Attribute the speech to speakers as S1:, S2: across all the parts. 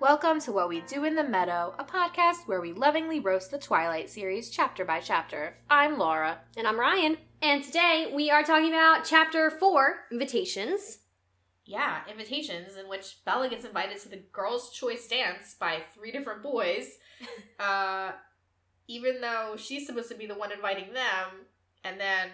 S1: Welcome to What We Do in the Meadow, a podcast where we lovingly roast the Twilight series chapter by chapter. I'm Laura.
S2: And I'm Ryan. And today we are talking about chapter four invitations.
S1: Yeah, invitations in which Bella gets invited to the girls' choice dance by three different boys, uh, even though she's supposed to be the one inviting them. And then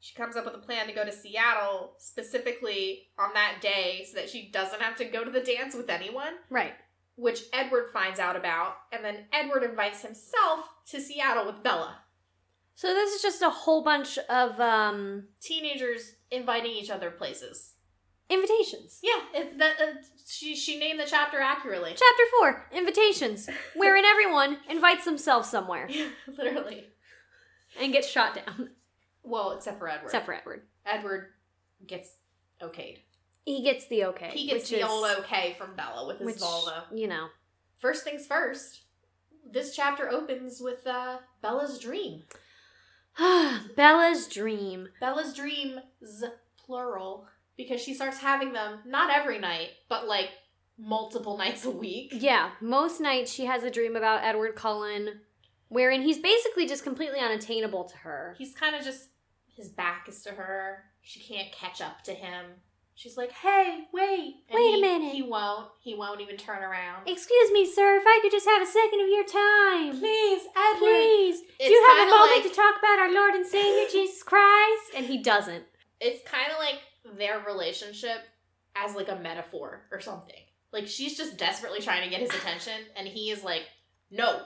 S1: she comes up with a plan to go to Seattle specifically on that day so that she doesn't have to go to the dance with anyone,
S2: Right.
S1: which Edward finds out about. And then Edward invites himself to Seattle with Bella.
S2: So this is just a whole bunch of um,
S1: Teenagers inviting each other places.
S2: invitations.
S1: Yeah, it, that, uh, she she named the chapter accurately.
S2: Chapter four invitations, wherein everyone invites themselves somewhere
S1: Yeah, literally.
S2: and gets shot down,
S1: Well, except for Edward.
S2: except for Edward.
S1: Edward gets okayed.
S2: He gets the okay.
S1: He gets
S2: which
S1: the
S2: is-
S1: old okay from Bella with his
S2: which,
S1: Volvo.
S2: You know,
S1: First things first. This chapter opens with uh, Bella's dream.
S2: Bella's dream.
S1: Bella's dreams plural because she starts having them not every night, but like multiple nights a week.
S2: Yeah, most nights she has a dream about Edward Cullen, wherein he's basically just completely unattainable to her.
S1: He's kind of just his back is to her. She can't catch up to him. She's like, "Hey, wait,
S2: Wait a
S1: he-
S2: minute.
S1: He won't. He won't even turn around.
S2: Excuse me, sir, if I could just have a second of your time.
S1: Please, Edward.
S2: Please.
S1: It's
S2: Do you have a
S1: kinda
S2: moment
S1: like-
S2: to talk about our Lord and Savior Jesus Christ? And he doesn't.
S1: It's kind of like their relationship as like a metaphor or something. Like she's just desperately trying to get his attention, and he is like, "No."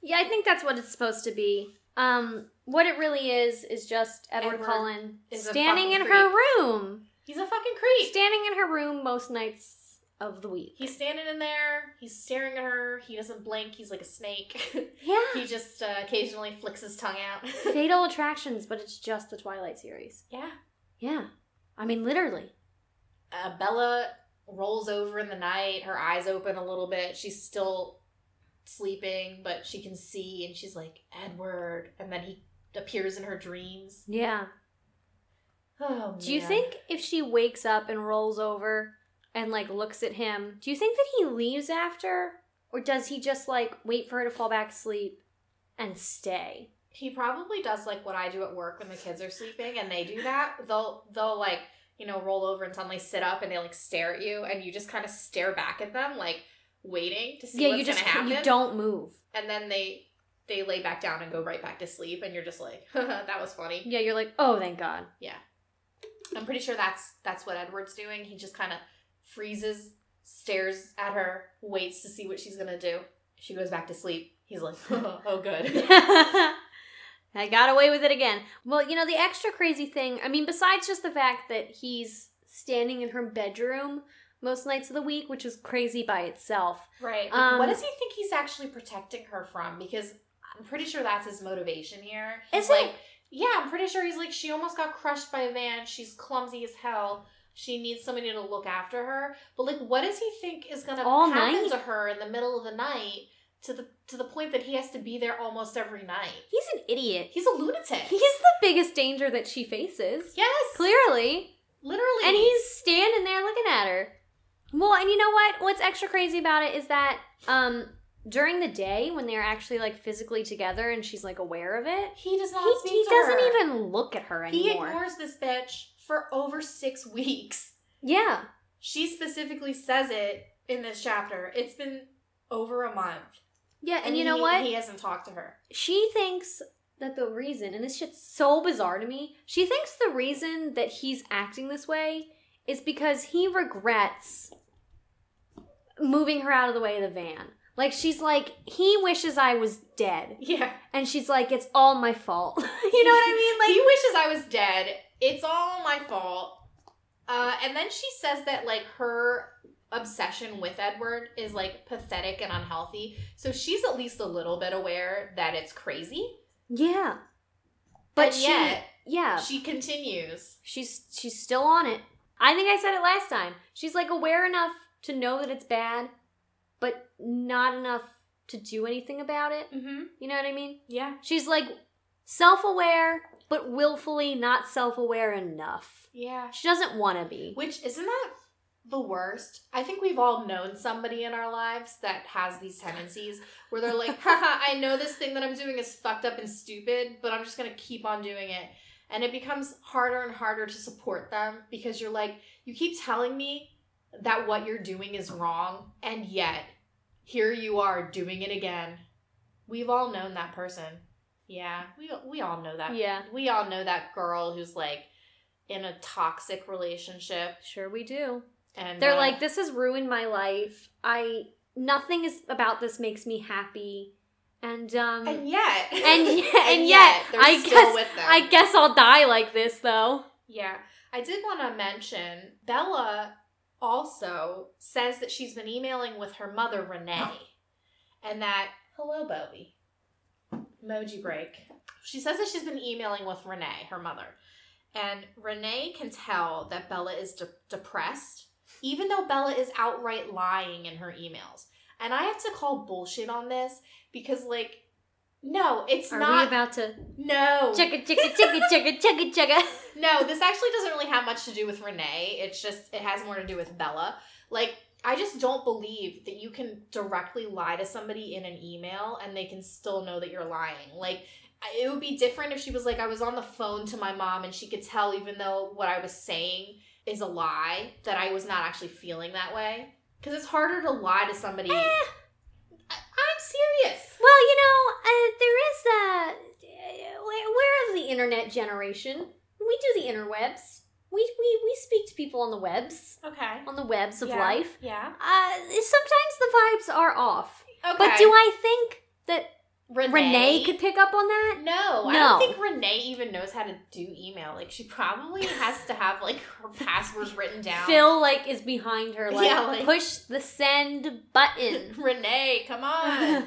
S2: Yeah, I think that's what it's supposed to be. Um, what it really is is just Edward,
S1: Edward
S2: Cullen
S1: is a
S2: standing in
S1: fucking
S2: her room.
S1: He's a fucking creep.
S2: Standing in her room most nights of the week.
S1: He's standing in there. He's staring at her. He doesn't blink. He's like a snake.
S2: yeah.
S1: he just uh, occasionally flicks his tongue out.
S2: Fatal attractions, but it's just the Twilight series.
S1: yeah.
S2: Yeah. I mean, literally.
S1: uh, Bella rolls over in the night, her eyes open a little bit. She's still sleeping, but she can see, and she's like, Edward. And then he appears in her dreams.
S2: Yeah.
S1: Oh,
S2: Do you
S1: man.
S2: think if she wakes up and rolls over and like looks at him, do you think that he leaves after? Or does he just like wait for her to fall back asleep and stay?
S1: he probably does like what I do at work when the kids are sleeping and they do that? They'll, they'll like, you know, roll over and suddenly sit up and they like stare at you, and you just kind of stare back at them, like waiting to see
S2: yeah,
S1: what's
S2: you just
S1: gonna happen.
S2: you don't move.
S1: And then they. They lay back down and go right back to sleep, and you're just like, "That was funny."
S2: Yeah, you're like, "Oh, thank God."
S1: I'm pretty sure that's that's what Edward's doing. He just kind of freezes, stares at her, waits to see what she's gonna do. She goes back to sleep. He's like, oh, good.
S2: I got away with it again. Well, you know, the extra crazy thing, I mean, besides just the fact that he's standing in her bedroom most nights of the week, which is crazy by itself.
S1: Right.
S2: Um,
S1: what does he think he's actually protecting her from? Because I'm pretty sure that's his motivation here. He's
S2: Is it?
S1: like, Yeah, I'm pretty sure he's like, she almost got crushed by a van. She's clumsy as hell. She needs somebody to look after her. But like, what does he think is gonna
S2: All
S1: happen
S2: night?
S1: to her in the middle of the night? To the to the point that he has to be there almost every night.
S2: He's an idiot.
S1: He's a lunatic.
S2: He's the biggest danger that she faces.
S1: yes,
S2: Clearly.
S1: literally.
S2: And he's standing there looking at her. Well, and you know what? What's extra crazy about it is that um during the day when they're actually like physically together and she's like aware of it,
S1: he does not
S2: he,
S1: speak
S2: he
S1: to
S2: doesn't
S1: her.
S2: even look at her
S1: He
S2: anymore.
S1: ignores this bitch for over six weeks.
S2: yeah.
S1: She specifically says it in this chapter. It's been over a month,
S2: Yeah, and, you know
S1: he-
S2: what?
S1: He hasn't talked to her.
S2: she thinks that the reason, and this shit's so bizarre to me, she thinks the reason that he's acting this way is because he regrets moving her out of the way of the van. Like, she's like, he wishes I was dead.
S1: Yeah,
S2: And she's like, it's all my fault. you know what I mean?
S1: he wishes I was dead. It's all my fault. Uh, and then she says that like her obsession with Edward is like pathetic and unhealthy. So she's at least a little bit aware that it's crazy.
S2: Yeah. But
S1: And
S2: she,
S1: yet
S2: yeah,
S1: she continues.
S2: she's she's still on it. I think I said it last time. She's like aware enough to know that it's bad, but not enough to do anything about it.
S1: Mm-hmm.
S2: You know what I mean?
S1: Yeah.
S2: She's like self aware, but willfully not self aware enough.
S1: Yeah.
S2: She doesn't want to be.
S1: Which isn't that the worst. I think we've all known somebody in our lives that has these tendencies where they're like, haha, I know this thing that I'm doing is fucked up and stupid, but I'm just going to keep on doing it. And it becomes harder and harder to support them because you're like, you keep telling me that what you're doing is wrong, and yet here you are doing it again. We've all known that person. Yeah, we, we all know that.
S2: Yeah.
S1: We all know that girl who's like in a toxic relationship
S2: Sure, we do.
S1: and
S2: They're
S1: uh,
S2: like, this has ruined my life. I nothing is about this makes me happy, and um,
S1: and yet,
S2: And ye- and yet,
S1: they're
S2: I
S1: still
S2: guess
S1: with them.
S2: I guess I'll die like this though.
S1: yeah, I did want to mention Bella also says that she's been emailing with her mother Renee, and that hello Bowie, emoji break. She says that she's been emailing with Renee, her mother, and Renee can tell that Bella is de- depressed, even though Bella is outright lying in her emails. And I have to call bullshit on this because, like, no, it's
S2: Are we
S1: not.
S2: about to
S1: no,
S2: chugga chugga chugga chugga chugga chugga?
S1: No, this actually doesn't really have much to do with Renee. It's just it has more to do with Bella. Like I just don't believe that you can directly lie to somebody in an email and they can still know that you're lying. Like I- it would be different if she was like I was on the phone to my mom and she could tell even though what I was saying is a lie that I was not actually feeling that way cuz it's harder to lie to somebody.
S2: Eh.
S1: I- I'm serious.
S2: Well, you know, uh, there is uh, uh, we're we're of the internet generation. We do the interwebs. We we we speak to people on the webs,
S1: Okay.
S2: on the webs of life.
S1: Yeah.
S2: Uh, sometimes the vibes are off.
S1: Okay.
S2: But do I think that Renee could pick up on that?
S1: No, I
S2: No.
S1: don't think Renee even knows how to do email. Like she probably has to have like her passwords written down.
S2: Phil like is behind her, like,
S1: Yeah, like-
S2: push the send button.
S1: Renee, come on.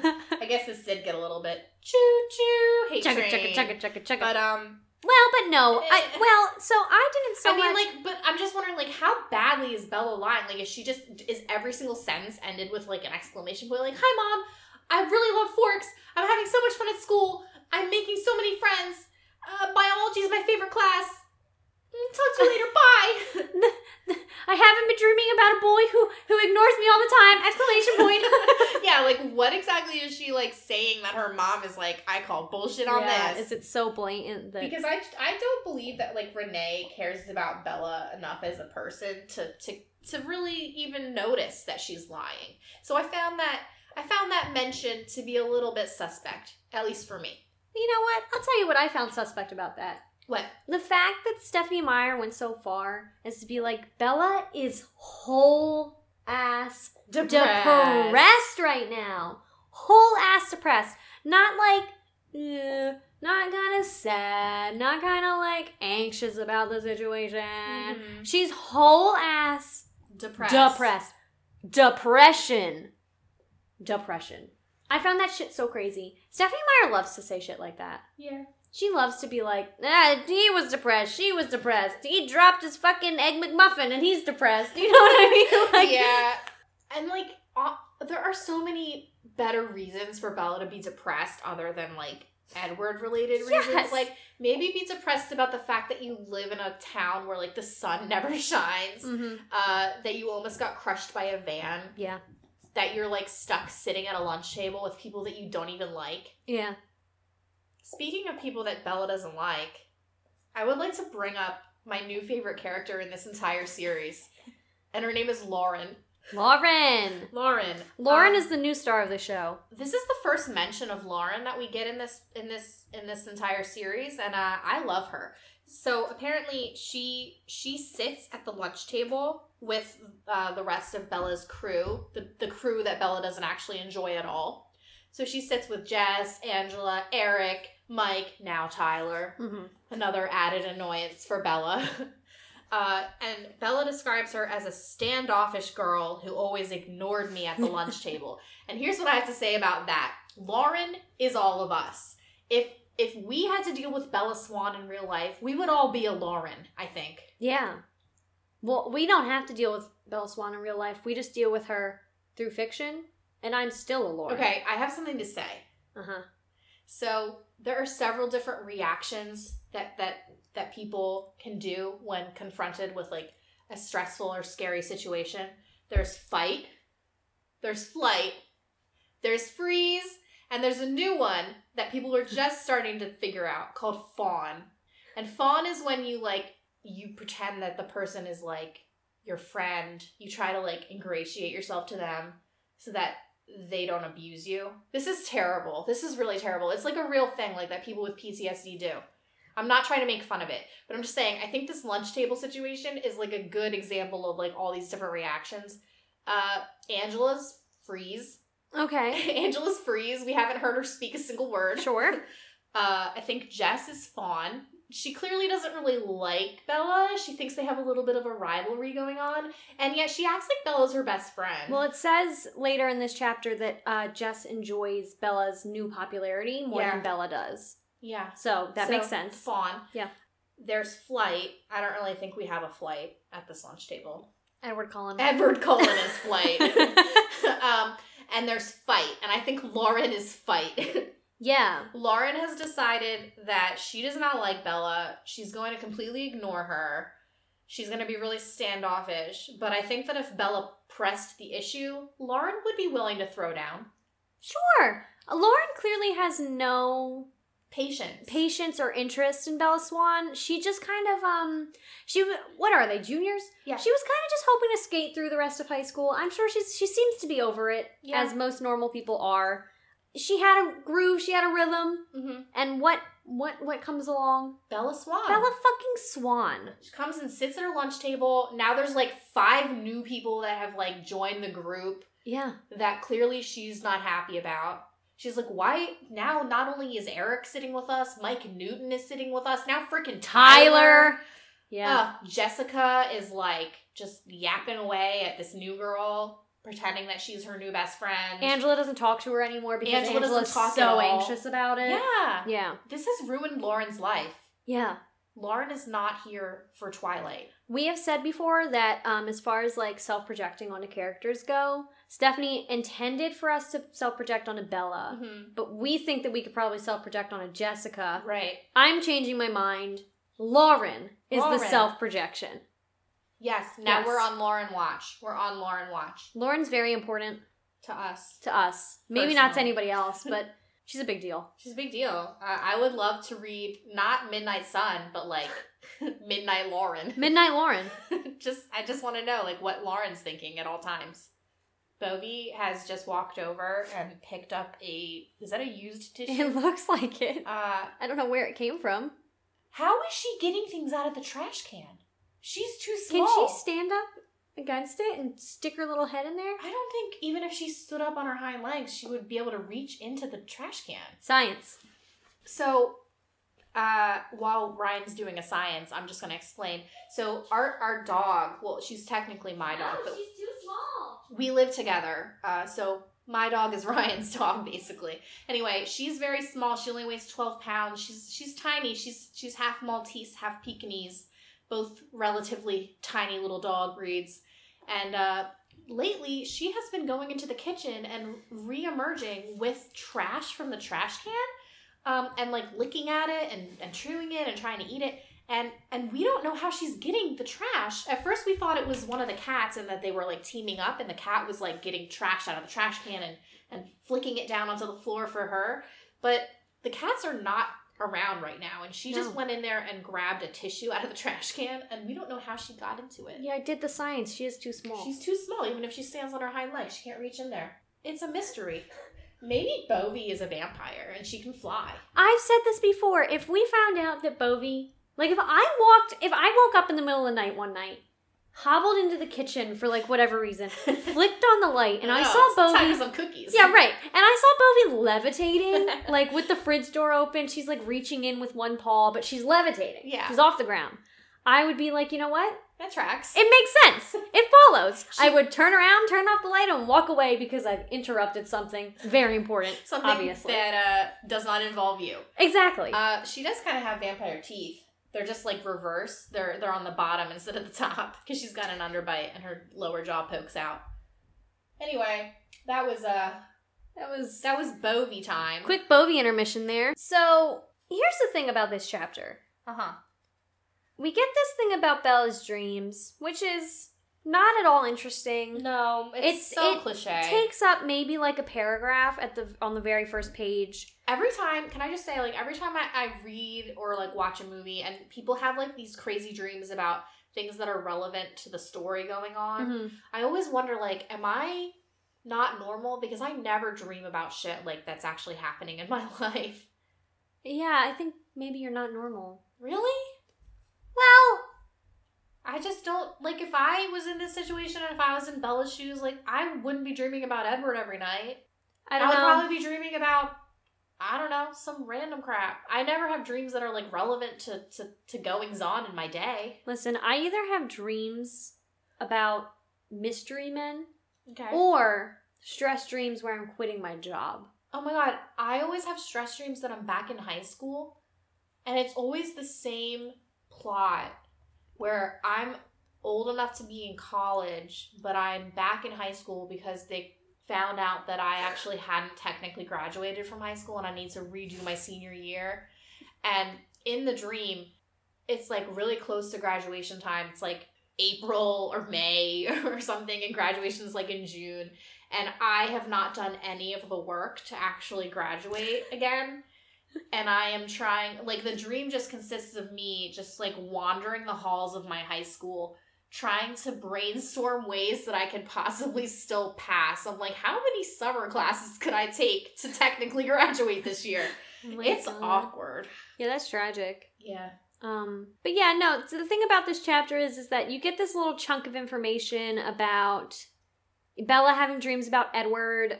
S2: chugga
S1: I guess this did get a little bit choo choo hate
S2: chugga
S1: train.
S2: chugga chugga chugga.
S1: But um,
S2: well, but no, I well, so I didn't so
S1: I mean,
S2: much.
S1: like, but I'm just wondering, like, how badly is Bella lying? Like, is she just is every single sentence ended with like an exclamation point? Like, hi mom, I really love forks. I'm having so much fun at school. I'm making so many friends. Uh, biology is my favorite class. Mm, Talk to you later. Bye.
S2: I haven't been dreaming about a boy who who ignores me all the time! Exclamation point.
S1: yeah, like what exactly is she like saying that her mom is like, I call bullshit on
S2: Yeah,
S1: this?
S2: Is it so blatant that
S1: because I I don't believe that like Renee cares about Bella enough as a person to to to really even notice that she's lying. So I found that I found that mention to be a little bit suspect, at least for me.
S2: you know what? I'll tell you what I found suspect about that.
S1: What?
S2: The fact that Stephanie Meyer went so far as to be like, Bella is whole ass depressed, right now. Whole ass depressed. Not like, "Ugh," not kind of sad, not kind of like anxious about the situation.
S1: Mhm.
S2: She's whole ass
S1: Depressed.
S2: depressed. Depression. Depression. I found that shit so crazy. Stephanie Meyer loves to say shit like that.
S1: Yeah.
S2: She loves to be like, ah, he was depressed, she was depressed, he dropped his fucking egg McMuffin and he's depressed. You know what I mean? Like,
S1: yeah. And like uh, there are so many better reasons for Bella to be depressed other than like Edward related reasons.
S2: Yes.
S1: Like maybe be depressed about the fact that you live in a town where like the sun never shines,
S2: Mhm.
S1: uh, that you almost got crushed by a van,
S2: Yeah.
S1: that you're like stuck sitting at a lunch table with people that you don't even like.
S2: Yeah.
S1: Speaking of people that Bella doesn't like, I would like to bring up my new favorite character in this entire series. And her name is Lauren.
S2: Lauren.
S1: Lauren.
S2: Lauren
S1: um,
S2: is the new star of the show.
S1: this is the first mention of Lauren that we get in this in this in this entire series, and uh, I love her. So apparently, she she sits at the lunch table with uh, the rest of Bella's crew, the the crew that Bella doesn't actually enjoy at all. So she sits with Jess, Angela, Eric, Mike, now Tyler
S2: Mm-hmm.
S1: another added annoyance for Bella. Uh, and Bella describes her as a standoffish girl who always ignored me at the lunch table. And here's what I have to say about that: Lauren is all of us. If if we had to deal with Bella Swan in real life, we would all be a Lauren. I think.
S2: Yeah. Well, we don't have to deal with Belle Swan in real life. We just deal with her through fiction, and I'm still a Lauren.
S1: Okay, I have something to say.
S2: Uh huh.
S1: So there are several different reactions that that that people can do when confronted with like a stressful or scary situation. There's fight, there's flight, there's freeze, and there's a new one that people are just starting to figure out called fawn. And fawn is when you like you pretend that the person is like your friend. You try to like ingratiate yourself to them so that they don't abuse you. This is terrible. This is really terrible. It's like a real thing like that people with PTSD do. I'm not trying to make fun of it, but I'm just saying I think this lunch table situation is like a good example of like all these different reactions. Uh Angela's freeze.
S2: Okay.
S1: Angela's freeze. We haven't heard her speak a single word.
S2: Sure.
S1: Uh, I think Jess is fawn. She clearly doesn't really like Bella. She thinks they have a little bit of a rivalry going on, and yet she acts like Bella's her best friend.
S2: Well, it says later in this chapter that uh, Jess enjoys Bella's new popularity more
S1: Yeah.
S2: than Bella does.
S1: yeah,
S2: So that
S1: So,
S2: makes sense.
S1: Fawn.
S2: Yeah.
S1: There's flight. I don't really think we have a flight at this lunch table.
S2: Edward Cullen.
S1: Edward Cullen is flight. um, and there's fight, and I think Lauren is fight.
S2: yeah.
S1: Lauren has decided that she does not like Bella. She's going to completely ignore her. She's going to be really standoffish. But I think that if Bella pressed the issue, Lauren would be willing to throw down.
S2: Sure. Lauren clearly has no
S1: Patience.
S2: patience or interest in Bella Swan. She just kind of um she w- what are they juniors?
S1: Yeah.
S2: She was kind of just hoping to skate through the rest of high school. I'm sure she's she seems to be over it
S1: Yeah.
S2: as most normal people are. She had a groove, she had a rhythm,
S1: hmm
S2: and what what what comes along?
S1: Bella Swan.
S2: Bella fucking Swan.
S1: She comes and sits at her lunch table. Now there's like five new people that have like joined the group
S2: Yeah.
S1: that clearly she's not happy about. She's like, why now? Not only is Eric sitting with us, Mike Newton is sitting with us. Now freaking
S2: Tyler. Yeah.
S1: Uh, Jessica is like just yapping away at this new girl, pretending that she's her new best friend.
S2: Oh. Angela doesn't talk to her anymore because
S1: Angela
S2: Angela
S1: doesn't
S2: Angela's so
S1: talk at all.
S2: anxious about it.
S1: yeah,
S2: Yeah.
S1: this has ruined Lauren's life.
S2: Yeah.
S1: Lauren is not here for Twilight.
S2: We have said before that um, as far as like self projecting onto characters go, Stephanie intended for us to self project onto Bella, but we think that we could probably self project onto Jessica.
S1: Right?
S2: I'm changing my mind. Lauren is the
S1: Lauren.
S2: self projection.
S1: Yes. Now
S2: Yes.
S1: we're on Lauren watch. We're on Lauren watch
S2: Lauren's very important
S1: to us.
S2: to us. Maybe not to
S1: Personally.
S2: anybody else, but she's a big deal.
S1: She's a big deal. Uh, I would love to read not Midnight Sun, but like Midnight Lauren.
S2: Midnight Lauren.
S1: just I just want to know like what Lauren's thinking at all times. Bovie has just walked over and picked up a is that a used
S2: it
S1: tissue?
S2: looks like it.
S1: uh
S2: I don't know where it came from.
S1: how is she getting things out of the trash can? She's too
S2: Can
S1: small.
S2: she stand up against it and stick her little head in there?
S1: I don't think even if she stood up on her hind legs, she would be able to reach into the trash can.
S2: Science.
S1: So, uh, while Ryan's doing a science, I'm just gonna explain. So, our our dog, well, she's technically my dog, but
S2: she's too small.
S1: we live together. Uh, so my dog is Ryan's dog, basically. Anyway, she's very small. She only weighs twelve pounds. She's she's tiny. She's she's half Maltese, half Pekingese, both relatively tiny little dog breeds. And uh, lately, she has been going into the kitchen and re-emerging with trash from the trash can, um, and like licking at it and and chewing it and trying to eat it. And and we don't know how she's getting the trash. At first we thought it was one of the cats and that they were like teaming up and the cat was like getting trash out of the trash can and, and flicking it down onto the floor for her. But the cats are not around right now and she just
S2: No.
S1: went in there and grabbed a tissue out of the trash can and we don't know how she got into it.
S2: Yeah, I did the science. She is too small.
S1: She's too small, even if she stands on her hind legs, she can't reach in there. It's a mystery. Maybe Bovie is a vampire and she can fly.
S2: I've said this before. If we found out that Bovie, like if I walked, if I woke up in the middle of the night one night, hobbled into the kitchen for like whatever reason, flicked on the light, and I
S1: No,
S2: saw
S1: it's time
S2: Bovie.
S1: for some cookies.
S2: Yeah, right. And I saw Bovie levitating, like with the fridge door open. She's like reaching in with one paw, but she's levitating.
S1: Yeah.
S2: She's off the ground. I would be like, you know what?
S1: That tracks.
S2: It makes sense. It follows. I would turn around, turn off the light, and walk away because I've interrupted something very important.
S1: Something
S2: obviously.
S1: that uh, does not involve you.
S2: exactly.
S1: Uh, she does kind of have vampire teeth. They're just like reverse. They're they're on the bottom instead of the top because she's got an underbite and her lower jaw pokes out. Anyway, that was uh
S2: that was
S1: that was Bovie time.
S2: quick
S1: Uh-huh.
S2: Bovie intermission there. So here's the thing about this chapter.
S1: Uh huh.
S2: we get this thing about Bella's dreams, which is not at all interesting.
S1: No, it's,
S2: It's-
S1: so
S2: it
S1: cliche.
S2: Takes up maybe like a paragraph at the on the very first page.
S1: every time, can I just say, like, every time I, I read or like watch a movie and people have like these crazy dreams about things that are relevant to the story going on, I always wonder, like, am I not normal? Because I never dream about shit like that's actually happening in my life.
S2: Yeah, I think maybe you're not normal.
S1: Really?
S2: Well,
S1: I just don't like if I was in this situation and if I was in Bella's shoes, like I wouldn't be dreaming about Edward every night.
S2: I
S1: I,
S2: don't
S1: would
S2: know.
S1: probably be dreaming about I don't know, some random crap. I never have dreams that are like relevant to, to, to goings on in my day.
S2: Listen, I either have dreams about mystery men
S1: Okay.
S2: or stress dreams where I'm quitting my job.
S1: Oh my god, I always have stress dreams that I'm back in high school, and it's always the same plot where I'm old enough to be in college, but I'm back in high school because they found out that I actually hadn't technically graduated from high school and I need to redo my senior year. And in the dream, it's like really close to graduation time. It's like April or May or something, and graduation is like in June and I have not done any of the work to actually graduate again. And I am trying, like, the dream just consists of me just like wandering the halls of my high school, trying to brainstorm ways that I could possibly still pass. I'm like, how many summer classes could I take to technically graduate this year?
S2: Oh my
S1: It's
S2: God.
S1: awkward.
S2: Yeah, that's tragic.
S1: Yeah.
S2: Um, but yeah, no. So the thing about this chapter is, is that you get this little chunk of information about Bella having dreams about Edward.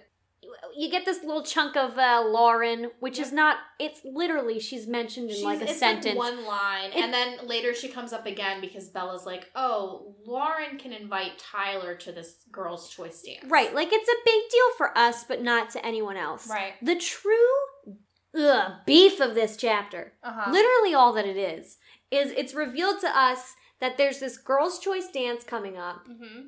S2: You get this little chunk of uh, Lauren, which is not. It's literally she's mentioned in
S1: She's,
S2: like a
S1: it's
S2: sentence.
S1: like one line,
S2: It-
S1: and then later she comes up again because Bella's like, "Oh, Lauren can invite Tyler to this girls' choice dance."
S2: right, like it's a big deal for us, but not to anyone else.
S1: Right.
S2: The true ugh, beef of this chapter
S1: Uh-huh.
S2: literally all that it is is it's revealed to us that there's this girls' choice dance coming up,
S1: mm-hmm.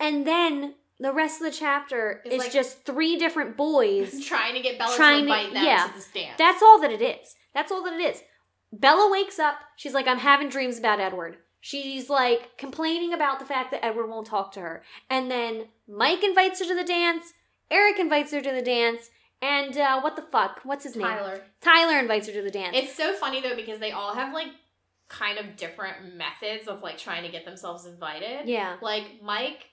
S2: and then the rest of the chapter
S1: It's
S2: is
S1: like-
S2: just three different boys.
S1: He's trying to get Bella
S2: Trying to-
S1: to invite them
S2: yeah.
S1: to this dance.
S2: That's all that it is. That's all that it is. Bella wakes up. She's like, I'm having dreams about Edward. She's like complaining about the fact that Edward won't talk to her. And then Mike invites her to the dance. Eric invites her to the dance. And uh, what the fuck? What's his name?
S1: Tyler.
S2: Tyler invites her to the dance.
S1: It's so funny though because they all have like kind of different methods of like trying to get themselves invited.
S2: yeah.
S1: Like Mike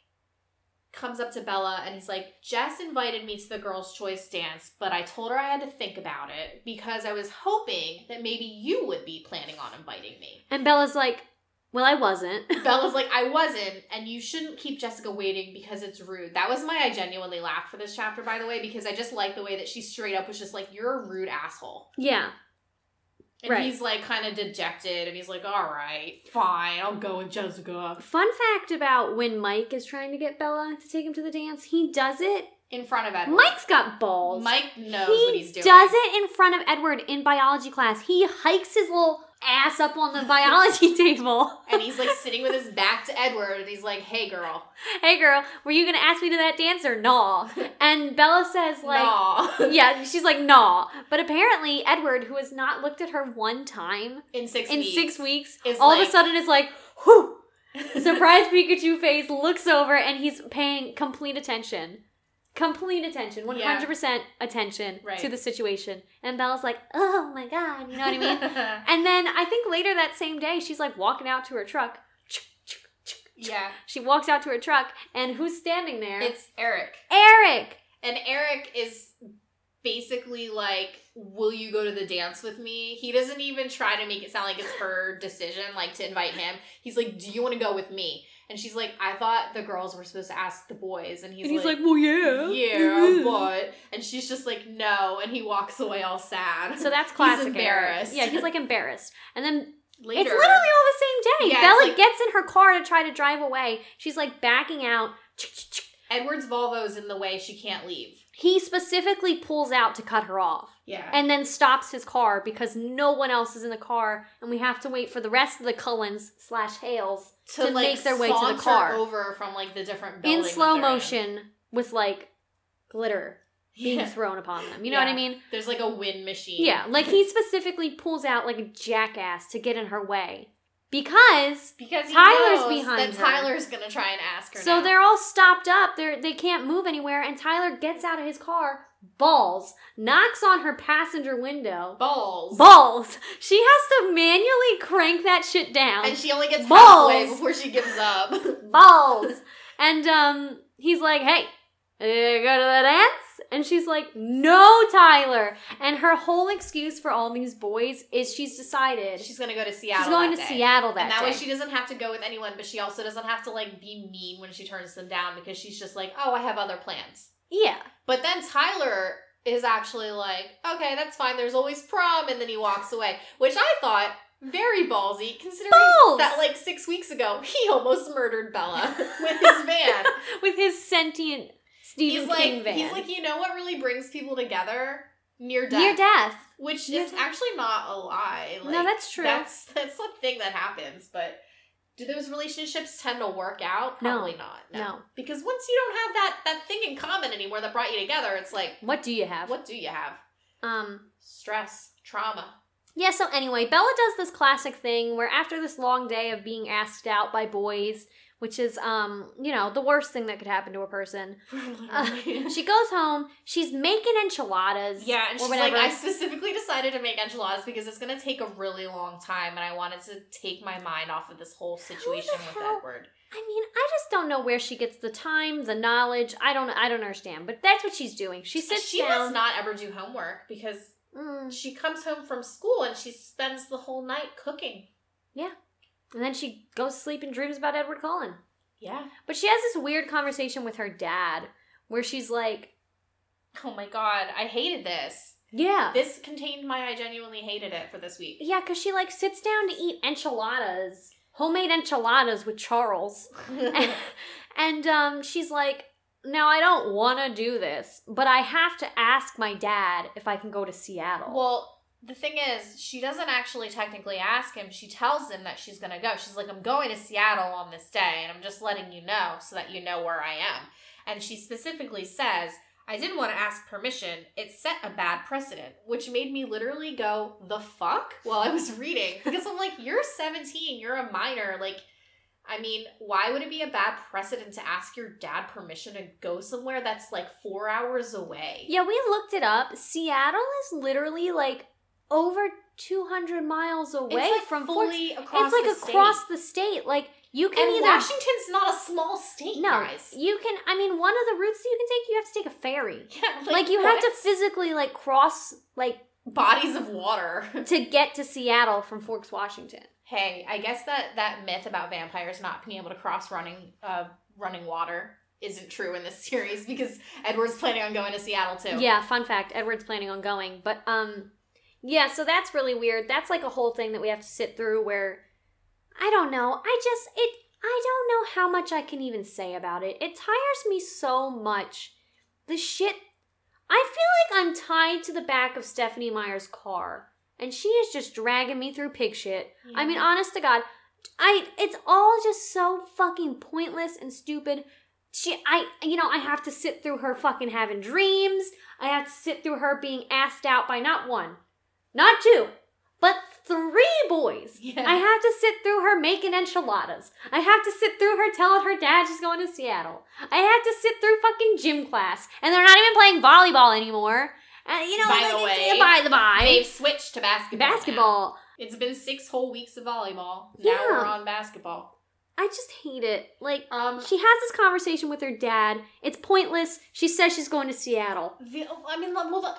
S1: comes up to Bella and he's like, Jess invited me to the girls' choice dance, but I told her I had to think about it because I was hoping that maybe you would be planning on inviting me.
S2: And Bella's like, Well, I wasn't.
S1: Bella's like, I wasn't, and you shouldn't keep Jessica waiting because it's rude. That was my I genuinely laughed for this chapter, by the way, because I just like the way that she straight up was just like, You're a rude asshole.
S2: yeah.
S1: And
S2: Right.
S1: he's like kind of dejected and he's like, All right, fine, I'll go with Jessica.
S2: Fun fact about when Mike is trying to get Bella to take him to the dance, he does it.
S1: In front of Edward.
S2: Mike's got balls.
S1: Mike knows
S2: he
S1: what he's doing.
S2: does it in front of Edward in biology class. He hikes his little ass up on the biology table.
S1: And he's like sitting with his back to Edward and he's like, Hey girl.
S2: Hey girl, were you gonna ask me to that dance or nah? And Bella says like
S1: Like
S2: Yeah, she's like, nah. But apparently Edward, who has not looked at her one time
S1: in six
S2: in
S1: weeks.
S2: six weeks,
S1: is
S2: all of
S1: like-
S2: a sudden is like, whew,
S1: Surprise.
S2: surprise Pikachu face looks over and he's paying complete attention. Complete attention, 100%
S1: Yeah.
S2: attention
S1: Right.
S2: to the situation. And Belle's like, oh my god, you know what I mean? and then I think later that same day, she's like walking out to her truck.
S1: yeah.
S2: She walks out to her truck, and who's standing there?
S1: It's Eric.
S2: Eric!
S1: And Eric is basically like, Will you go to the dance with me? He doesn't even try to make it sound like it's her decision, like to invite him. He's like, Do you want to go with me? And she's like, I thought the girls were supposed to ask the boys. And he's,
S2: and he's
S1: like,
S2: like, well, yeah. Mm-hmm.
S1: Yeah, oh, but. And she's just like, No. And he walks away all sad.
S2: So that's classic. Eric.
S1: embarrassed.
S2: Yeah, he's like embarrassed. And then
S1: Later.
S2: It's literally all the same day.
S1: Yeah, it's
S2: Bella
S1: like-
S2: gets in her car to try to drive away. She's like backing out.
S1: Edward's Volvo's in the way. She can't leave.
S2: He specifically pulls out to cut her off
S1: Yeah.
S2: and then stops his car because no one else is in the car and we have to wait for the rest of the Cullens slash Hales
S1: to,
S2: to
S1: like,
S2: make their way to the
S1: saunter
S2: car.
S1: over from like the different
S2: in
S1: buildings
S2: slow motion with like glitter being thrown upon them. You know what I
S1: Yeah.
S2: mean?
S1: There's like a wind machine.
S2: Yeah, like he specifically pulls out like a jackass to get in her way. because
S1: because he
S2: Tyler's
S1: knows
S2: behind
S1: that
S2: her.
S1: Tyler's gonna try and ask her.
S2: so
S1: now.
S2: they're all stopped up. They're they can't move anywhere, and Tyler gets out of his car, balls, knocks on her passenger window,
S1: balls.
S2: balls. She has to manually crank that shit down.
S1: and she only gets
S2: Balls.
S1: halfway before she gives up.
S2: balls. And um, he's like, hey, uh, go to the dance? And she's like, no, Tyler. And her whole excuse for all these boys is she's decided she's,
S1: She's gonna go to Seattle.
S2: going to
S1: that day.
S2: Seattle that,
S1: and that
S2: day.
S1: way she doesn't have to go with anyone, but she also doesn't have to like be mean when she turns them down because she's just like, oh, I have other plans.
S2: yeah.
S1: But then Tyler is actually like, okay, that's fine. There's always prom, and then he walks away, which I thought very ballsy considering
S2: Balls!
S1: that like six weeks ago he almost murdered Bella with his van.
S2: With his sentient Stephen
S1: he's
S2: King
S1: like,
S2: van.
S1: he's like, you know what really brings people together? Near death,
S2: Near death.
S1: which
S2: Near
S1: is
S2: death.
S1: actually not a lie. Like,
S2: no, that's true.
S1: That's that's something that happens, but do those relationships tend to work out?
S2: No.
S1: Probably not.
S2: no.
S1: Because once you don't have that that thing in common anymore that brought you together, it's like
S2: What do you have?
S1: what do you have?
S2: Um,
S1: Stress, trauma.
S2: Yeah, so anyway, Bella does this classic thing where after this long day of being asked out by boys, which is um, you know, the worst thing that could happen to a person, she goes home, she's making enchiladas.
S1: yeah, and
S2: or
S1: she's like,
S2: whatever.
S1: I specifically decided to make enchiladas because it's gonna take a really long time, and I wanted to take my mind off of this whole situation with
S2: hell-
S1: Edward.
S2: I mean, I just don't know where she gets the time, the knowledge. I don't I don't understand, but that's what she's doing. She sits
S1: she must
S2: down.
S1: not ever do homework because
S2: Mm.
S1: she comes home from school and she spends the whole night cooking.
S2: and then she goes to sleep and dreams about Edward Cullen.
S1: Yeah.
S2: But she has this weird conversation with her dad where she's like,
S1: Oh my god, I hated this.
S2: "Yeah,
S1: This contained my I genuinely hated it for this week.
S2: Yeah, because she like sits down to eat enchiladas, homemade enchiladas with Charles, and um, she's like, "Now I don't want to do this, but I have to ask my dad if I can go to Seattle."
S1: well, the thing is, she doesn't actually technically ask him. She tells him that she's going to go. She's like, I'm going to Seattle on this day, and I'm just letting you know so that you know where I am. And she specifically says, I didn't want to ask permission. It set a bad precedent, which made me literally go, the fuck? While I was reading. Because I'm like, you're 17, you're a minor. Like, I mean, why would it be a bad precedent to ask your dad permission to go somewhere that's like four hours away?
S2: yeah, we looked it up. Seattle is literally like over two hundred miles away
S1: it's like
S2: from Fort-
S1: fully across.
S2: It's like
S1: the
S2: across
S1: State.
S2: the state. Like you can
S1: And
S2: either
S1: Washington's not a small state,
S2: no,
S1: guys.
S2: you can. I mean, one of the routes that you can take, you have to take a ferry.
S1: Yeah,
S2: Like, you
S1: what?
S2: have to physically like cross like
S1: bodies of water.
S2: to get to Seattle from Forks, Washington.
S1: hey, I guess that that myth about vampires not being able to cross running uh running water isn't true in this series because Edward's planning on going to Seattle too.
S2: Yeah, fun fact, Edward's planning on going, but um yeah, so that's really weird. That's like a whole thing that we have to sit through where I don't know. I just it I don't know how much I can even say about it. It tires me so much. The shit I feel like I'm tied to the back of Stephanie Meyer's car and she is just dragging me through pig shit. I mean, honest to God, I it's all just so fucking pointless and stupid. She, I, you know, I have to sit through her fucking having dreams. I have to sit through her being asked out by not one, not two, but three boys.
S1: Yeah.
S2: I have to sit through her making enchiladas. I have to sit through her telling her dad she's going to Seattle. I have to sit through fucking gym class, and they're not even playing volleyball anymore. And you know,
S1: By
S2: like,
S1: the
S2: it's-
S1: way,
S2: by the by,
S1: They've switched to basketball. now.
S2: basketball.
S1: It's been six whole weeks of volleyball. Now
S2: Yeah.
S1: we're on basketball.
S2: I just hate it. Like,
S1: Um,
S2: She has this conversation with her dad. It's pointless. She says she's going to Seattle.
S1: The, I mean, like, well, the,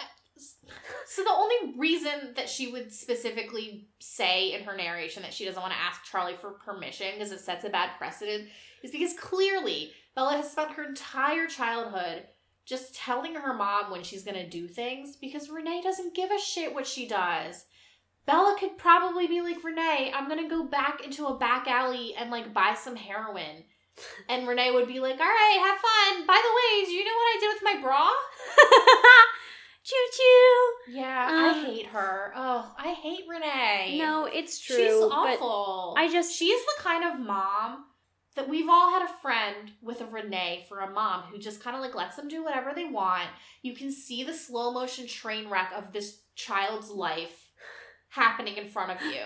S1: so the only reason that she would specifically say in her narration that she doesn't want to ask Charlie for permission because it sets a bad precedent is because clearly Bella has spent her entire childhood just telling her mom when she's going to do things because Renee doesn't give a shit what she does. Bella could probably be like, Renee, I'm going to go back into a back alley and like buy some heroin. And Renee would be like, all right, have fun. By the way, do you know what I did with my bra?
S2: choo choo.
S1: Yeah, I
S2: Um,
S1: hate her. Oh, I hate Renee.
S2: No, it's true.
S1: she's
S2: but
S1: awful.
S2: I just
S1: she's the kind of mom that we've all had a friend with a Renee for a mom who just kind of like lets them do whatever they want. You can see the slow motion train wreck of this child's life happening in front of you.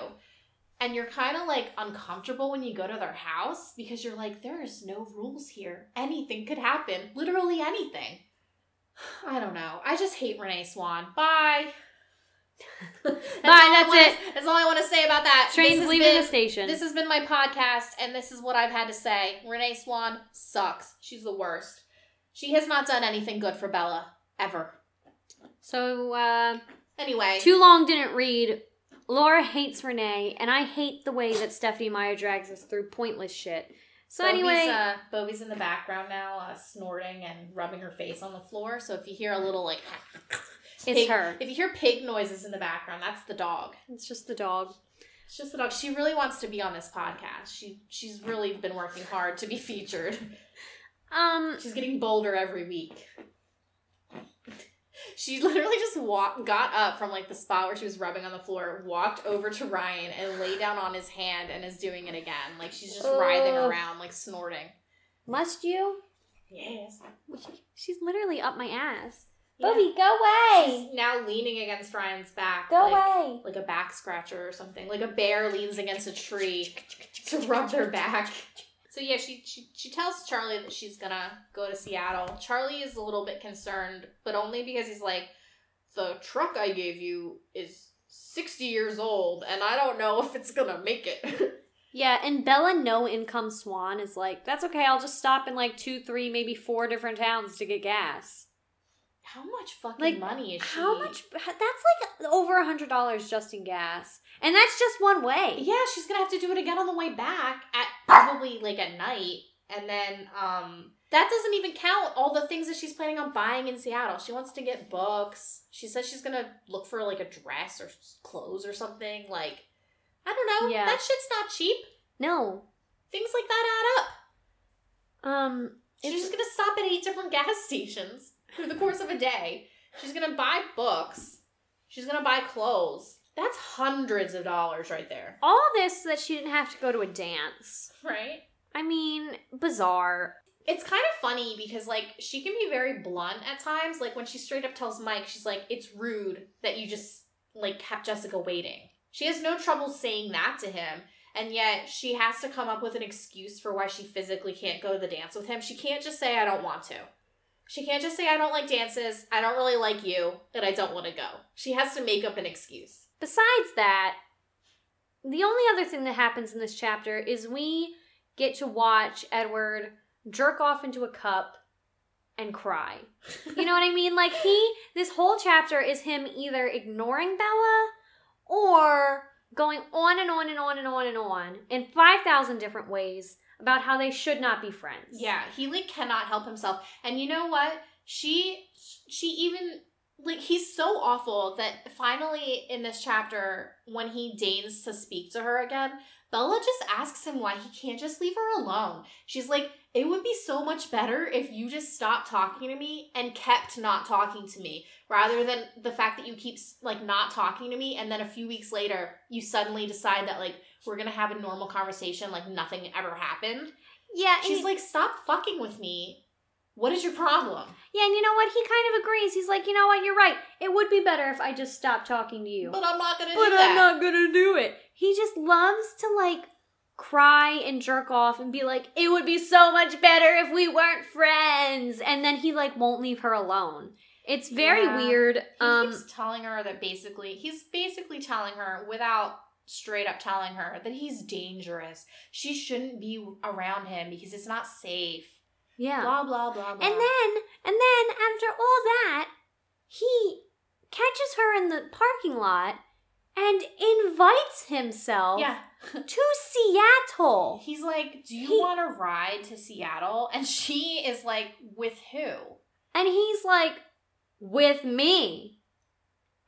S1: and you're kind of like uncomfortable when you go to their house because you're like, there's no rules here. Anything could happen. Literally anything. I don't know. I just hate Renee Swan. Bye. Bye.
S2: that's
S1: That's all I want to say about that. This
S2: Trains
S1: has
S2: leaving
S1: been-
S2: the station.
S1: This has been my podcast, and this is what I've had to say. Renee Swan sucks. She's the worst. She has not done anything good for Bella ever.
S2: so, uh,
S1: Anyway,
S2: too long didn't read. Laura hates Renee, and I hate the way that Stephanie Meyer drags us through pointless shit. So
S1: Bobby's,
S2: anyway,
S1: uh, Bobby's in the background now, uh, snorting and rubbing her face on the floor. So if you hear a little like,
S2: it's her.
S1: If you hear pig noises in the background, that's the dog.
S2: It's just the dog.
S1: It's just the dog. She really wants to be on this podcast. She she's really been working hard to be featured.
S2: Um,
S1: She's getting bolder every week. She literally just walked, got up from like the spot where she was rubbing on the floor, walked over to Ryan and lay down on his hand and is doing it again. Like she's just writhing
S2: Ugh.
S1: around, like snorting.
S2: must you?
S1: Yes.
S2: She's literally up my ass.
S1: Bobby.
S2: go away!
S1: Now leaning against Ryan's back. like,
S2: away!
S1: Like a back scratcher or something. Like a bear leans against a tree to rub their back. So yeah, she, she she tells Charlie that she's gonna go to Seattle. Charlie is a little bit concerned, but only because he's like, the truck I gave you is sixty years old, and I don't know if it's gonna make it.
S2: Yeah, and Bella No Income Swan is like, that's okay, I'll just stop in like two, three, maybe four different towns to get gas.
S1: how much fucking
S2: Like,
S1: money is she?
S2: How much? That's like over a hundred dollars just in gas, and that's just one way.
S1: Yeah, she's gonna have to do it again on the way back at probably like at night, and then um that doesn't even count all the things that she's planning on buying in Seattle. She wants to get books. She says she's gonna look for like a dress or s- clothes or something. Like I don't know.
S2: Yeah.
S1: That shit's not cheap.
S2: No,
S1: Things like that add up.
S2: um,
S1: She's
S2: It's-
S1: just gonna stop at eight different gas stations through the course of a day. She's gonna buy books. She's gonna buy clothes. That's hundreds of dollars right there.
S2: all this so that she didn't have to go to a dance.
S1: Right?
S2: I mean, bizarre.
S1: it's kind of funny because like she can be very blunt at times like when she straight up tells mike she's like it's rude that you just like kept jessica waiting she has no trouble saying that to him and yet she has to come up with an excuse for why she physically can't go to the dance with him she can't just say i don't want to she can't just say i don't like dances i don't really like you and i don't want to go she has to make up an excuse
S2: Besides that, the only other thing that happens in this chapter is we get to watch Edward jerk off into a cup and cry. You know what I mean? Like he this whole chapter is him either ignoring Bella or going on and on and on and on and on in 5,000 different ways about how they should not be friends.
S1: Yeah, he like cannot help himself. And you know what? She she even like he's so awful that finally in this chapter when he deigns to speak to her again, Bella just asks him why he can't just leave her alone. She's like, "It would be so much better if you just stopped talking to me and kept not talking to me rather than the fact that you keep like not talking to me and then a few weeks later you suddenly decide that like we're going to have a normal conversation like nothing ever happened."
S2: Yeah, and
S1: She's like, stop fucking with me. What is your problem?
S2: Yeah, and you know what? He kind of agrees. He's like, you know what? You're right. It would be better if I just stopped talking to you.
S1: But I'm not gonna
S2: But
S1: do that.
S2: I'm not gonna do it. He just loves to like cry and jerk off and be like, it would be so much better if we weren't friends. And then he like won't leave her alone. It's very
S1: Yeah.
S2: weird.
S1: he
S2: Um,
S1: keeps telling her that basically he's basically telling her without straight up telling her that he's dangerous. She shouldn't be around him because it's not safe.
S2: yeah.
S1: Blah blah blah blah.
S2: And then, and then after all that, he catches her in the parking lot and invites himself
S1: yeah,
S2: to Seattle.
S1: he's like, "Do you
S2: He-
S1: want to ride to Seattle?" And she is like, "With who?"
S2: And he's like, with me.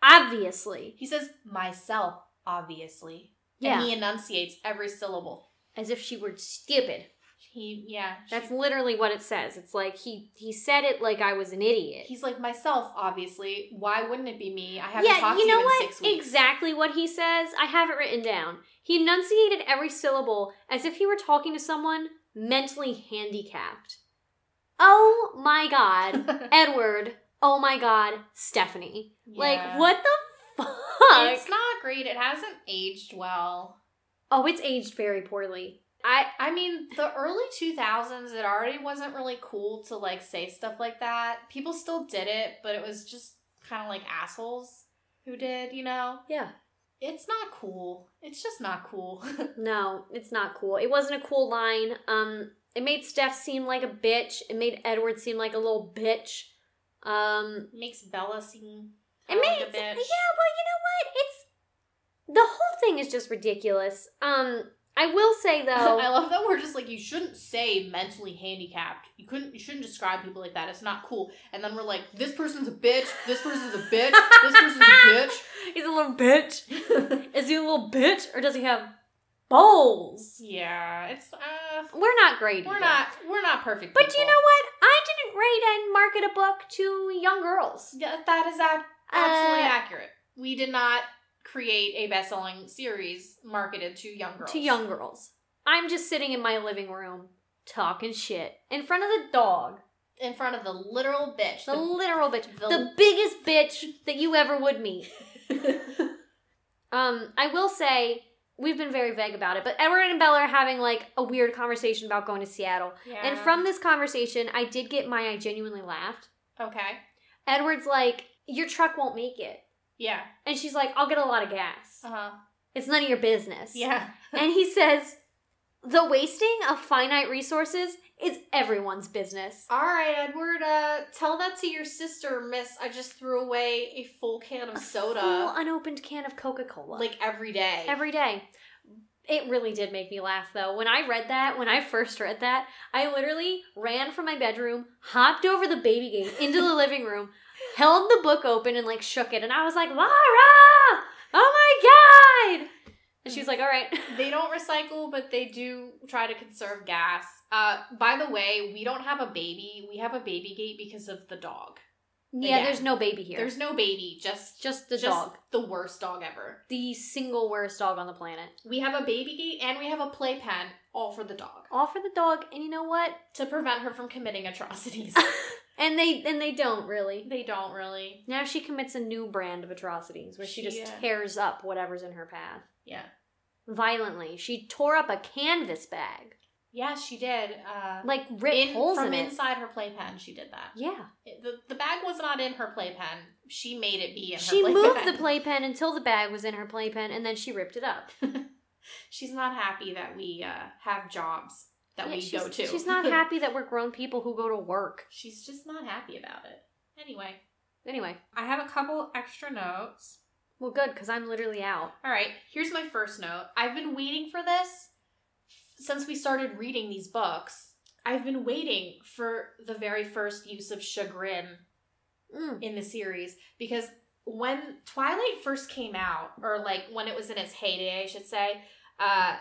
S2: Obviously.
S1: He says, "Myself, obviously."
S2: Yeah.
S1: And he enunciates every syllable.
S2: As if she were stupid.
S1: He yeah. she-
S2: That's literally what it says. It's like he he said it like I was an idiot.
S1: He's like myself, obviously. Why wouldn't it be me? I haven't
S2: Yeah,
S1: talked
S2: you
S1: to
S2: know
S1: you in
S2: what?
S1: six weeks.
S2: Exactly what he says. I have it written down. He enunciated every syllable as if he were talking to someone mentally handicapped. Oh my god, Edward. Oh my god, Stephanie. Like
S1: Yeah.
S2: what the fuck?
S1: It's not great. It hasn't aged well.
S2: Oh, it's aged very poorly.
S1: I I mean the early 2000s it already wasn't really cool to like say stuff like that. People still did it, but it was just kind of like assholes who did, you know.
S2: Yeah.
S1: It's not cool. It's just not cool.
S2: No, it's not cool. It wasn't a cool line. Um, it made Steph seem like a bitch. It made Edward seem like a little bitch. Um,
S1: Makes Bella seem
S2: it
S1: kind of
S2: made
S1: like a
S2: yeah. Well,
S1: bitch.
S2: you know what? It's the whole thing is just ridiculous. Um, I will say
S1: I
S2: though,
S1: love that we're just like you shouldn't say mentally handicapped. You couldn't you shouldn't describe people like that. It's not cool. And then we're like this person's a bitch, this person's a bitch, this person's a bitch.
S2: he's a little bitch. is he a little bitch or does he have balls?
S1: Yeah, it's uh
S2: We're not great.
S1: we're
S2: either.
S1: not we're not perfect.
S2: But do you know
S1: people.
S2: what? I didn't rate and market a book to young girls.
S1: Yeah, that is ab- absolutely
S2: Uh,
S1: accurate. We did not create a best-selling series marketed to young girls.
S2: to young girls. I'm just sitting in my living room talking shit in front of the dog,
S1: in front of the literal bitch.
S2: the, literal bitch,
S1: the-
S2: the, biggest bitch that you ever would meet. um, I will say we've been very vague about it, but Edward and Bella are having like a weird conversation about going to Seattle.
S1: Yeah.
S2: And from this conversation, I did get my I genuinely laughed.
S1: okay,
S2: Edward's like, "Your truck won't make it,"
S1: yeah,
S2: and she's like, "I'll get a lot of gas.
S1: uh huh,
S2: It's none of your business."
S1: yeah,
S2: and he says, "The wasting of finite resources is everyone's business."
S1: All right, Edward. Uh, tell that to your sister, Miss. I just threw away a full can of
S2: Full
S1: soda
S2: unopened can of Coca Cola,
S1: like every day.
S2: every day. It really did make me laugh though. When I read that, when I first read that, I literally ran from my bedroom, hopped over the baby gate into the living room, held the book open and like shook it, and I was like, "Lara, oh my god!" And she was like, "All right."
S1: They don't recycle, but they do try to conserve gas. Uh, by the way, we don't have a baby. We have a baby gate because of the dog.
S2: Yeah,
S1: Again.
S2: there's no baby here.
S1: There's no baby, just
S2: just the
S1: just
S2: dog,
S1: the worst dog ever.
S2: the single worst dog on the planet.
S1: We have a baby gate and we have a playpen, all for the dog
S2: all for the dog and you know what
S1: to prevent her from committing atrocities.
S2: and they and they don't really
S1: they don't really.
S2: now she commits a new brand of atrocities where she just
S1: Yeah.
S2: tears up whatever's in her path
S1: uh, Yeah.
S2: violently she tore up a canvas bag
S1: Yeah, she did. Uh,
S2: like ripped
S1: in-
S2: holes
S1: from
S2: in it
S1: inside her playpen, she did that.
S2: yeah
S1: It- The, the bag was not in her playpen. She made it be in her
S2: she
S1: playpen.
S2: moved the playpen until the bag was in her playpen and then she ripped it up
S1: She's not happy that we uh, have jobs that
S2: Yeah,
S1: we
S2: she's,
S1: go to.
S2: she's not happy that we're grown people who go to work
S1: she's just not happy about it. Anyway,
S2: anyway
S1: I have a couple extra notes.
S2: well good because i'm literally out
S1: All right, here's my first note. I've been waiting for this since we started reading these books. I've been waiting for the very first use of chagrin
S2: Mm.
S1: in the series because when Twilight first came out, or like when it was in its heyday, I should say, uh,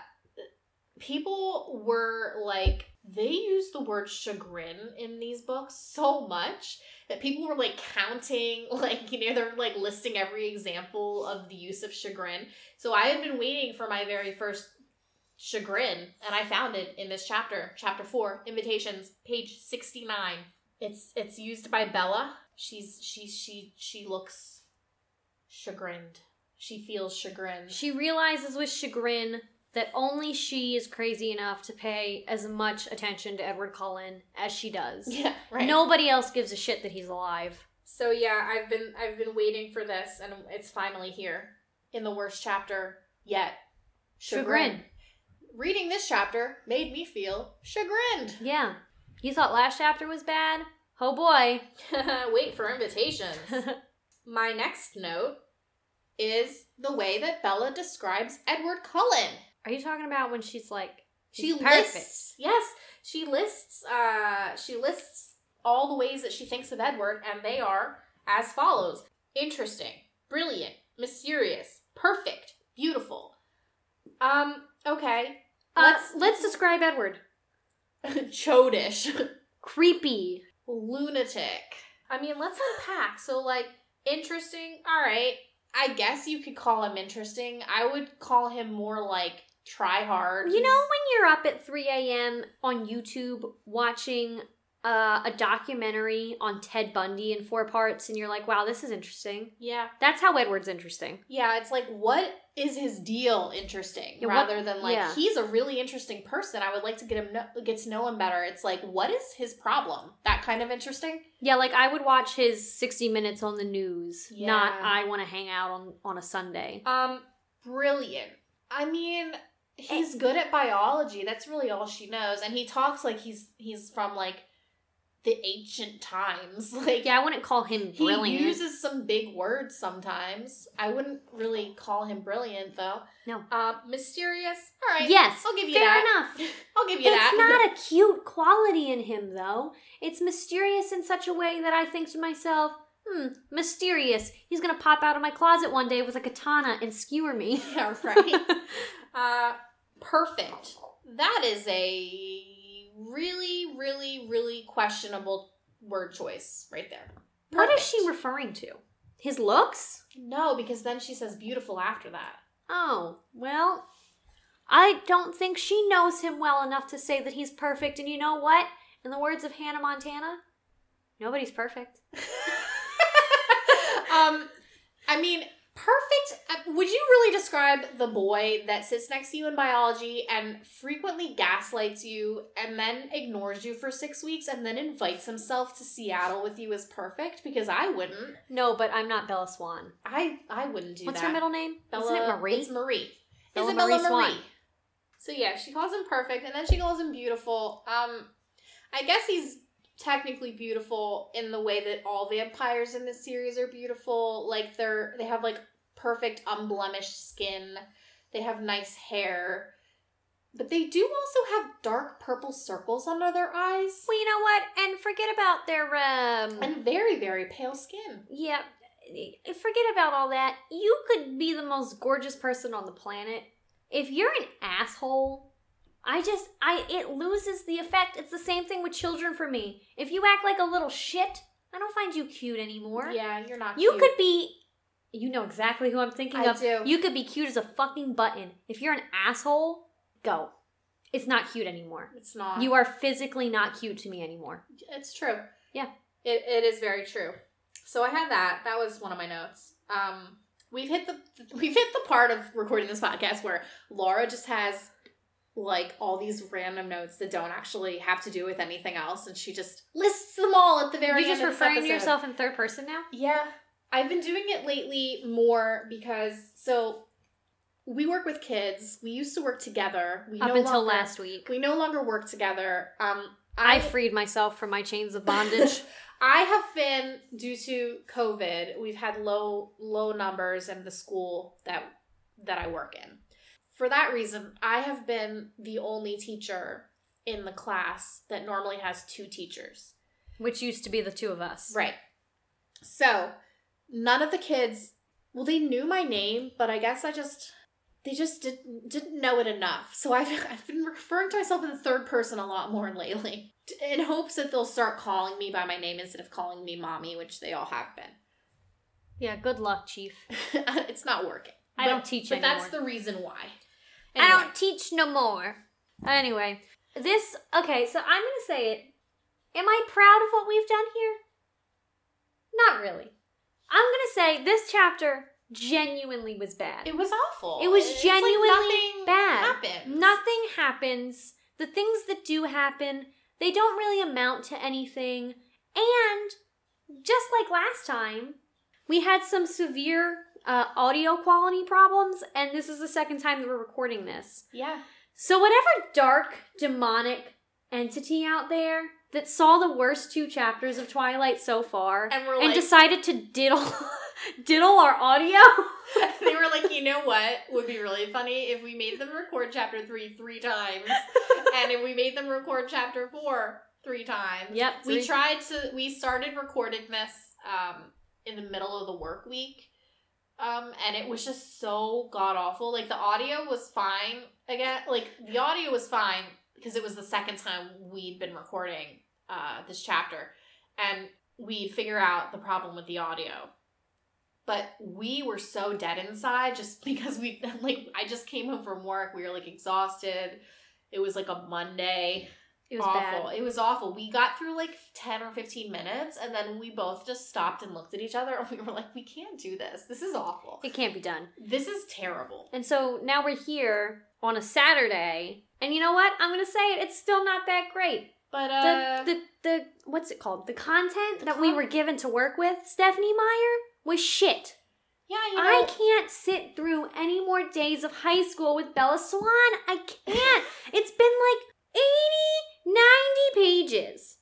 S1: people were like, they used the word chagrin in these books so much that people were like counting, like, you know, they're like listing every example of the use of chagrin. So I had been waiting for my very first chagrin, and I found it in this chapter, chapter four, invitations, page 69. It's it's used by Bella. She's she she she looks chagrined. She feels chagrined.
S2: She realizes with chagrin that only she is crazy enough to pay as much attention to Edward Cullen as she does.
S1: yeah, right.
S2: Nobody else gives a shit that he's alive.
S1: So yeah, I've been I've been waiting for this, and it's finally here in the worst chapter yet.
S2: Chagrin.
S1: Reading this chapter made me feel chagrined.
S2: Yeah. You thought last chapter was bad? Oh boy.
S1: Wait for invitations. My next note is the way that Bella describes Edward Cullen.
S2: Are you talking about when she's like,
S1: She
S2: she's perfect?
S1: lists yes, she lists uh she lists all the ways that she thinks of Edward, and they are as follows: interesting, brilliant, mysterious, perfect, beautiful. Um, okay.
S2: Uh, let's, describe Edward.
S1: chodish.
S2: Creepy.
S1: Lunatic. I mean, let's unpack. So like interesting, alright. I guess you could call him interesting. I would call him more like try hard.
S2: You know, when you're up at 3 a.m. on YouTube watching uh, a documentary on Ted Bundy in four parts, and you're like, wow, this is interesting.
S1: Yeah.
S2: That's how Edward's interesting.
S1: Yeah, it's like what is his deal interesting
S2: Yeah, what-
S1: rather than like
S2: yeah.
S1: he's a really interesting person. I would like to get him know, get to know him better. It's like what is his problem? That kind of interesting.
S2: Yeah, like I would watch his 60 Minutes on the news, not
S1: Yeah.
S2: I want to hang out on, on a Sunday.
S1: Um brilliant. I mean, he's good at biology. That's really all she knows and he talks like he's he's from like the ancient times. Like
S2: Yeah, I wouldn't call him
S1: He
S2: brilliant.
S1: uses some big words sometimes. I wouldn't really call him brilliant though.
S2: No.
S1: Uh, mysterious. All right.
S2: yes,
S1: I'll give you
S2: fair
S1: that.
S2: enough.
S1: I'll give you
S2: It's
S1: that.
S2: not a cute quality in him, though. It's mysterious in such a way that I think to myself, hmm, mysterious. He's going to pop out of my closet one day with a katana and skewer me.
S1: Yeah, right. uh, perfect. That is a really, really, really questionable word choice right there.
S2: What is she
S1: Perfect.
S2: referring to? His looks?
S1: No, because then she says beautiful after that.
S2: Oh, well, I don't think she knows him well enough to say that he's perfect. And you know what? In the words of Hannah Montana, nobody's perfect.
S1: um, I mean, perfect. uh, Would you really describe the boy that sits next to you in biology and frequently gaslights you and then ignores you for six weeks and then invites himself to Seattle with you as perfect? Because I wouldn't.
S2: No, but I'm not Bella Swan.
S1: I I wouldn't do
S2: What's
S1: that.
S2: her middle name?
S1: Bella,
S2: Isn't it Marie?
S1: It's Marie.
S2: Bella
S1: Isabella
S2: Marie
S1: Marie.
S2: Swan.
S1: So yeah, she calls him perfect, and then she calls him beautiful. Um, I guess he's technically beautiful in the way that all vampires in this series are beautiful. Like they're they have like perfect unblemished skin. They have nice hair. But they do also have dark purple circles under their eyes
S2: Well, you know what? And forget about their um.
S1: and very very pale skin.
S2: yeah, Eh, forget about all that. You could be the most gorgeous person on the planet. If you're an asshole, I just I it loses the effect. It's the same thing with children for me. If you act like a little shit, I don't find you cute anymore.
S1: Yeah, you're not.
S2: you
S1: cute.
S2: could be. You know exactly who I'm thinking
S1: I
S2: of.
S1: do.
S2: You could be cute as a fucking button. If you're an asshole, go. It's not cute anymore.
S1: It's not.
S2: You are physically not cute to me anymore.
S1: It's true.
S2: Yeah.
S1: It, it is very true. So I had that. That was one of my notes. Um, we've hit the we've hit the part of recording this podcast where Laura just has like all these random notes that don't actually have to do with anything else, and she just lists them all at the very
S2: You're
S1: end.
S2: just
S1: of this
S2: referring to
S1: episode.
S2: yourself in third person now?
S1: Yeah. I've been doing it lately more because so we work with kids. We used to work together. We
S2: Up
S1: no
S2: until
S1: longer-
S2: last week.
S1: we no longer work together. Um,
S2: I freed myself from my chains of bondage.
S1: I have been due to COVID. We've had low low numbers in the school that that I work in. For that reason, I have been the only teacher in the class that normally has two teachers.
S2: which used to be the two of us.
S1: Right. So, none of the kids, well they knew my name, but I guess I just they just didn't didn't know it enough. So I've I've been referring to myself in the third person a lot more lately, in hopes that they'll start calling me by my name instead of calling me mommy, which they all have been.
S2: Yeah, good luck, Chief.
S1: it's not working.
S2: I
S1: But-
S2: don't teach
S1: But
S2: anymore.
S1: that's the reason why.
S2: I
S1: Anyway.
S2: don't teach no more. Anyway, this, okay, so I'm going to say it. Am I proud of what we've done here? Not really. I'm going to say this chapter genuinely was bad.
S1: It was awful.
S2: It was
S1: It's like
S2: genuinely
S1: nothing
S2: bad.
S1: Happened.
S2: Nothing happens. The things that do happen, they don't really amount to anything. And just like last time, we had some severe uh, audio quality problems, and this is the second time that we're recording this.
S1: Yeah.
S2: So, whatever dark, demonic entity out there that saw the worst two chapters of Twilight so far
S1: And we're
S2: and
S1: like,
S2: decided to diddle, diddle our audio.
S1: they were like, you know what would be really funny if we made them record chapter three three times, and if we made them record chapter four three times.
S2: Yep,
S1: We
S2: three-
S1: tried to. We started recording this um, in the middle of the work week, um, and it was just so god awful. Like the audio was fine again. Like the audio was fine because it was the second time we'd been recording uh, this chapter, and we'd figure out the problem with the audio but we were so dead inside just because we like I just came home from work. We were like exhausted. It was like a Monday.
S2: It was
S1: awful.
S2: bad.
S1: It was awful. We got through like 10 or 15 minutes and then we both just stopped and looked at each other and we were like, we can't do this. This is awful.
S2: It can't be done.
S1: This is terrible.
S2: And so now we're here on a Saturday, and you know what? I'm gonna say it. It's still not that great.
S1: But
S2: The
S1: uh
S2: the the what's it called? The content
S1: The
S2: that we were
S1: con-
S2: given to work with, Stephanie Meyer, was shit.
S1: yeah, you know,
S2: I can't sit through any more days of high school with Bella Swan. I can't. it's been like 80, 90 pages.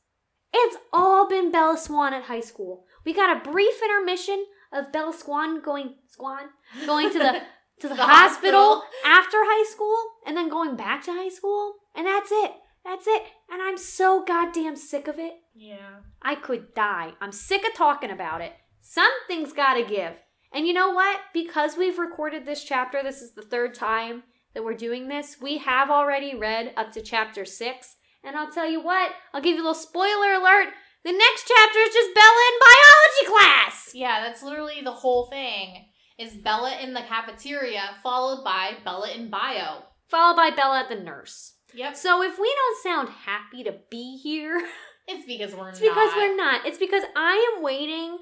S2: It's all been Bella Swan at high school. We got a brief intermission of Bella Swan going Swan going to the to the,
S1: The
S2: hospital,
S1: hospital.
S2: after high school and then going back to high school and that's it. That's it. And I'm so goddamn sick of it.
S1: Yeah.
S2: I could die. I'm sick of talking about it. Something's got to give. And you know what? Because we've recorded this chapter, this is the third time that we're doing this. We have already read up to chapter six. And I'll tell you what, I'll give you a little spoiler alert. The next chapter is just Bella in biology class.
S1: Yeah, that's literally the whole thing. Is Bella in the cafeteria followed by Bella in bio.
S2: Followed by Bella the nurse.
S1: Yep.
S2: So if we don't sound happy to be here,
S1: It's because we're
S2: It's
S1: not.
S2: because we're not. It's because I am waiting.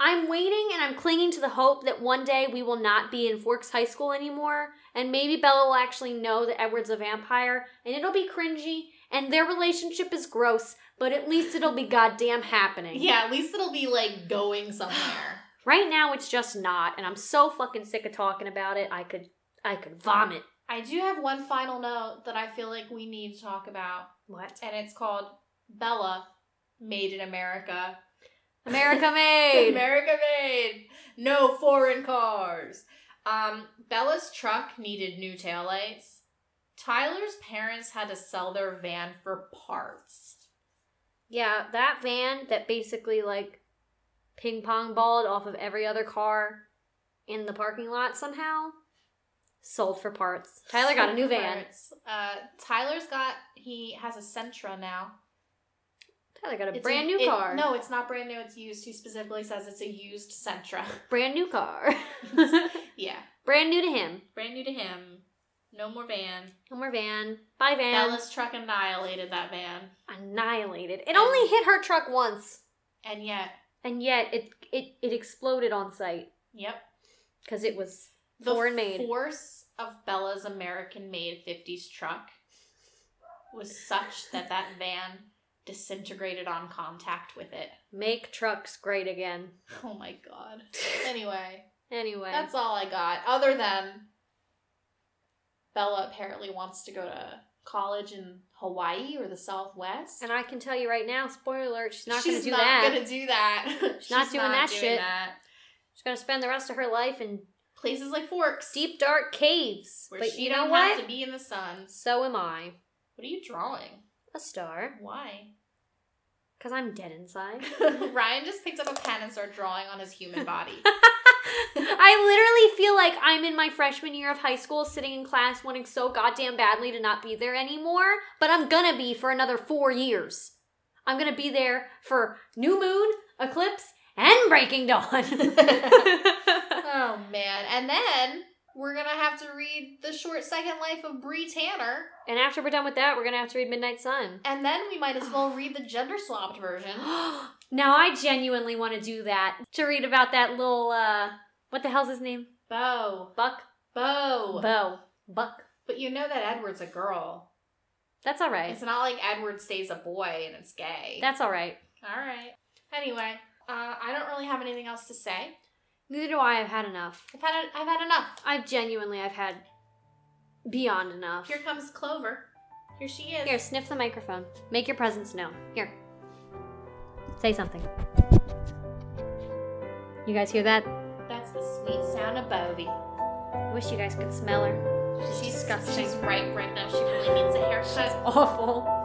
S2: I'm waiting and I'm clinging to the hope that one day we will not be in Forks High School anymore. And maybe Bella will actually know that Edward's a vampire and it'll be cringy and their relationship is gross, but at least it'll be goddamn happening.
S1: Yeah, at least it'll be like going somewhere.
S2: Right now it's just not, and I'm so fucking sick of talking about it. I could I could vomit.
S1: I do have one final note that I feel like we need to talk about,
S2: What?
S1: and it's called Bella, Made in America.
S2: America made.
S1: America made. No foreign cars. Um, Bella's truck needed new taillights. Tyler's parents had to sell their van for parts.
S2: Yeah, that van that basically like ping pong balled off of every other car in the parking lot somehow sold for parts. Tyler got a new van.
S1: Parts. Uh, Tyler's got he has a Sentra now.
S2: Tyler got a
S1: It's
S2: brand
S1: a-
S2: new
S1: it-
S2: car.
S1: No, it's not brand new. It's used. He specifically says it's a used Sentra.
S2: Brand new car.
S1: yeah,
S2: brand new to him.
S1: brand new to him. No more van.
S2: No more van. Bye van.
S1: Bella's truck annihilated that van,
S2: Annihilated. It only hit her truck once.
S1: and yet,
S2: And yet it it, it exploded on site
S1: yep,
S2: because it was
S1: the
S2: Foreign made.
S1: force of Bella's American-made '50s truck was such that that van disintegrated on contact with it.
S2: make trucks great again.
S1: Oh my god. Anyway,
S2: Anyway.
S1: that's all I got. Other than Bella apparently wants to go to college in Hawaii or the Southwest.
S2: and I can tell you right now, spoiler alert, she's not gonna
S1: She's
S2: do
S1: not
S2: that.
S1: gonna do that. She's
S2: not doing that shit.
S1: that.
S2: She's gonna spend the rest of her life in
S1: Places like Forks,
S2: deep dark caves.
S1: where
S2: but
S1: she
S2: you know
S1: don't
S2: what?
S1: have to be in the sun.
S2: So am I.
S1: What are you drawing?
S2: A star.
S1: Why?
S2: Because I'm dead inside.
S1: Ryan just picked up a pen and started drawing on his human body.
S2: I literally feel like I'm in my freshman year of high school sitting in class wanting so goddamn badly to not be there anymore, but I'm gonna be for another four years. I'm gonna be there for new moon, eclipse, and breaking dawn.
S1: oh man. And then we're gonna have to read the short second life of Bree Tanner.
S2: and after we're done with that, we're gonna have to read Midnight Sun.
S1: And then we might as well read the gender swapped version.
S2: now I genuinely want to do that to read about that little uh what the hell's his name?
S1: Bo.
S2: Buck.
S1: Bo.
S2: Bo. Buck.
S1: But you know that Edward's a girl.
S2: That's all right.
S1: It's not like Edward stays a boy and it's gay.
S2: That's all right.
S1: All right. Anyway, uh, I don't really have anything else to say.
S2: Neither do I. I've had enough.
S1: I've had I've had enough.
S2: I've genuinely. I've had beyond enough.
S1: Here comes Clover. Here she is.
S2: Here, sniff the microphone. Make your presence known. Here. Say something. You guys hear that?
S1: That's the sweet sound of Bovie.
S2: I wish you guys could smell her.
S1: She's
S2: disgusting.
S1: She's ripe right now. She really needs a haircut.
S2: Awful.